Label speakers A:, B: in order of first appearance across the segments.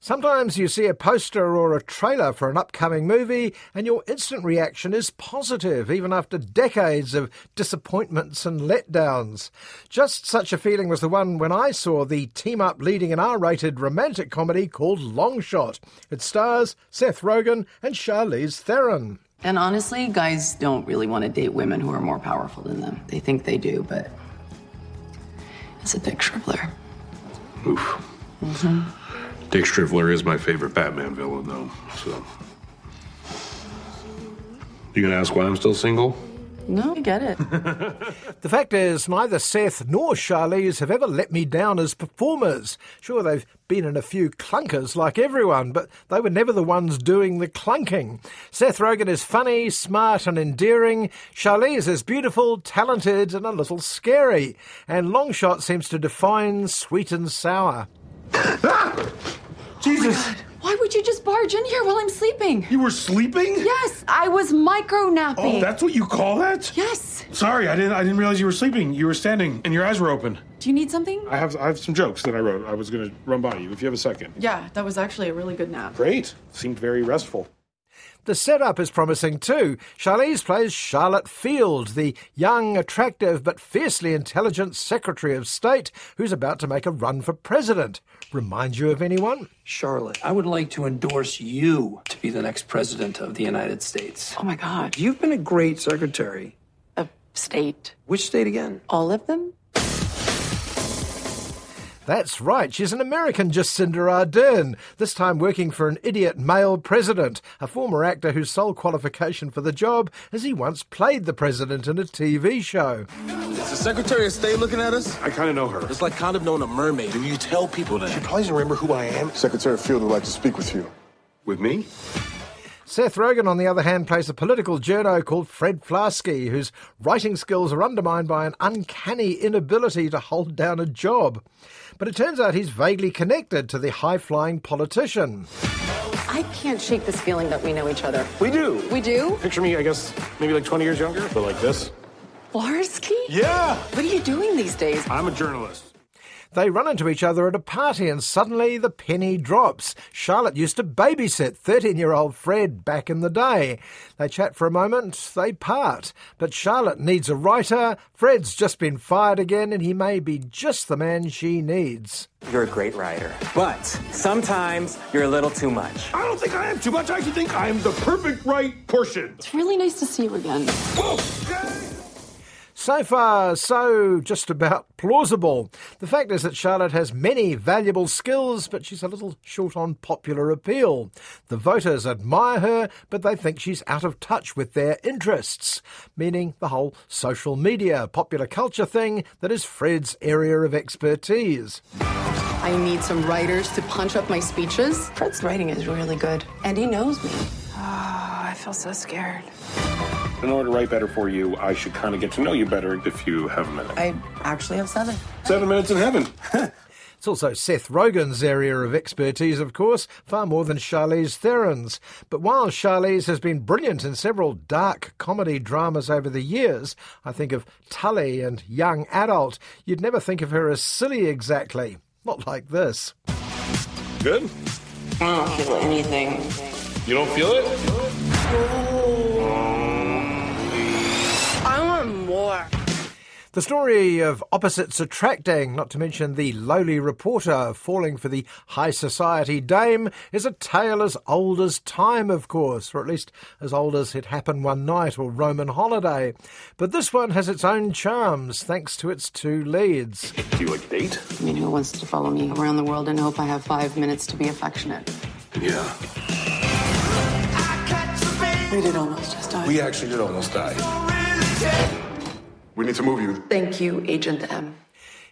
A: Sometimes you see a poster or a trailer for an upcoming movie, and your instant reaction is positive, even after decades of disappointments and letdowns. Just such a feeling was the one when I saw the team up leading an R rated romantic comedy called Long Shot. It stars Seth Rogen and Charlize Theron.
B: And honestly, guys don't really want to date women who are more powerful than them. They think they do, but it's a dick shriveler.
C: Dick Striveler is my favorite Batman villain, though. So, you gonna ask why I'm still single?
B: No, I get it.
A: The fact is, neither Seth nor Charlize have ever let me down as performers. Sure, they've been in a few clunkers like everyone, but they were never the ones doing the clunking. Seth Rogen is funny, smart, and endearing. Charlize is beautiful, talented, and a little scary. And Longshot seems to define sweet and sour.
D: Why would you just barge in here while I'm sleeping?
C: You were sleeping?
D: Yes, I was micro napping.
C: Oh, that's what you call that?
D: yes.
C: Sorry, I didn't. I didn't realize you were sleeping. You were standing, and your eyes were open.
D: Do you need something?
C: I have. I have some jokes that I wrote. I was gonna run by you if you have a second.
D: Yeah, that was actually a really good nap.
C: Great. Seemed very restful.
A: The setup is promising too. Charlize plays Charlotte Field, the young, attractive, but fiercely intelligent Secretary of State who's about to make a run for president. Remind you of anyone?
E: Charlotte, I would like to endorse you to be the next president of the United States.
B: Oh my God.
E: You've been a great secretary.
B: A state.
E: Which state again?
B: All of them?
A: That's right, she's an American Jacinda Ardern, this time working for an idiot male president, a former actor whose sole qualification for the job is he once played the president in a TV show.
F: The Secretary of State looking at us?
C: I kind of know her.
F: It's like kind of knowing a mermaid. Do you tell people that?
C: probably doesn't remember who I am.
F: Secretary Field would like to speak with you.
C: With me?
A: Seth Rogen, on the other hand, plays a political journo called Fred Flasky, whose writing skills are undermined by an uncanny inability to hold down a job. But it turns out he's vaguely connected to the high flying politician.
B: I can't shake this feeling that we know each other.
C: We do.
D: We do?
C: Picture me, I guess, maybe like 20 years younger, but like this.
B: Blarsky?
C: Yeah.
B: What are you doing these days?
C: I'm a journalist.
A: They run into each other at a party, and suddenly the penny drops. Charlotte used to babysit 13 year old Fred back in the day. They chat for a moment, they part. But Charlotte needs a writer, Fred's just been fired again, and he may be just the man she needs.
E: You're a great writer, but sometimes you're a little too much.
C: I don't think I am too much. I actually think I am the perfect right portion.
D: It's really nice to see you again.
A: So far, so just about plausible. The fact is that Charlotte has many valuable skills, but she's a little short on popular appeal. The voters admire her, but they think she's out of touch with their interests, meaning the whole social media, popular culture thing that is Fred's area of expertise.
B: I need some writers to punch up my speeches. Fred's writing is really good, and he knows me.
D: I feel so scared.
C: In order to write better for you, I should kind of get to know you better if you have a minute.
B: I actually have seven.
C: Seven minutes in heaven.
A: It's also Seth Rogen's area of expertise, of course, far more than Charlize Theron's. But while Charlize has been brilliant in several dark comedy dramas over the years, I think of Tully and Young Adult, you'd never think of her as silly exactly. Not like this.
C: Good?
B: I don't feel anything.
C: You don't feel it?
D: I want more.
A: The story of opposites attracting, not to mention the lowly reporter falling for the high society dame, is a tale as old as time, of course, or at least as old as It Happened One Night or Roman Holiday. But this one has its own charms thanks to its two leads.
C: You a date?
B: I mean, who wants to follow me around the world and hope I have five minutes to be affectionate?
C: Yeah.
B: We did almost just die.
F: We actually did almost die. We need to move you.
B: Thank you, Agent M.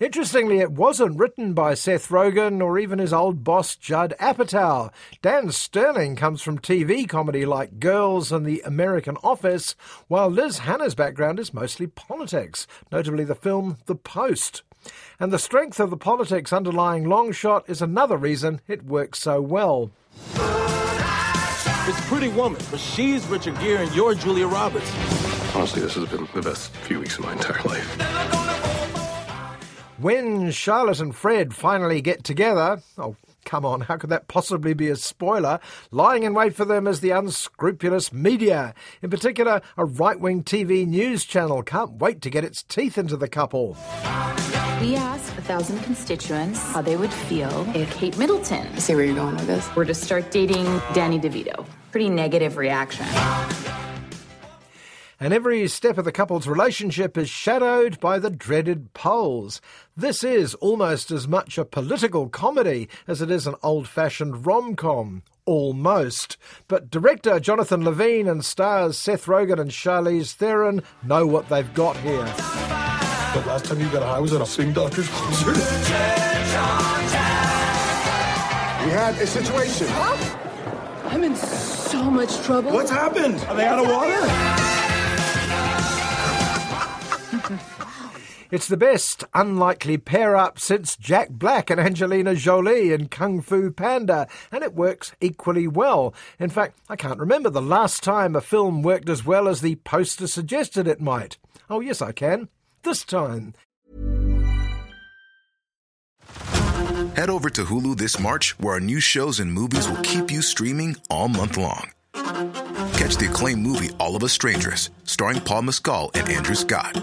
A: Interestingly, it wasn't written by Seth Rogen or even his old boss Judd Apatow. Dan Sterling comes from TV comedy like Girls and The American Office, while Liz Hannah's background is mostly politics, notably the film The Post. And the strength of the politics underlying Longshot is another reason it works so well.
F: It's Pretty Woman, but she's Richard Gere and you're Julia Roberts.
C: Honestly, this has been the best few weeks of my entire life.
A: When Charlotte and Fred finally get together, oh, come on, how could that possibly be a spoiler? Lying in wait for them is the unscrupulous media, in particular, a right wing TV news channel. Can't wait to get its teeth into the couple.
G: We asked a thousand constituents how they would feel if Kate Middleton
B: I see where you're going with this.
G: were to start dating Danny DeVito. Pretty negative reaction.
A: and every step of the couple's relationship is shadowed by the dreaded polls. This is almost as much a political comedy as it is an old fashioned rom com. Almost. But director Jonathan Levine and stars Seth Rogen and Charlize Theron know what they've got here.
F: The last time you got high was at a sing doctor's concert. We had a situation.
B: I'm in so much trouble.
F: What's happened? Are they out of water?
A: It's the best unlikely pair up since Jack Black and Angelina Jolie in Kung Fu Panda, and it works equally well. In fact, I can't remember the last time a film worked as well as the poster suggested it might. Oh, yes, I can. This time.
H: Head over to Hulu this March, where our new shows and movies will keep you streaming all month long. Catch the acclaimed movie All of Us Strangers, starring Paul Mescal and Andrew Scott.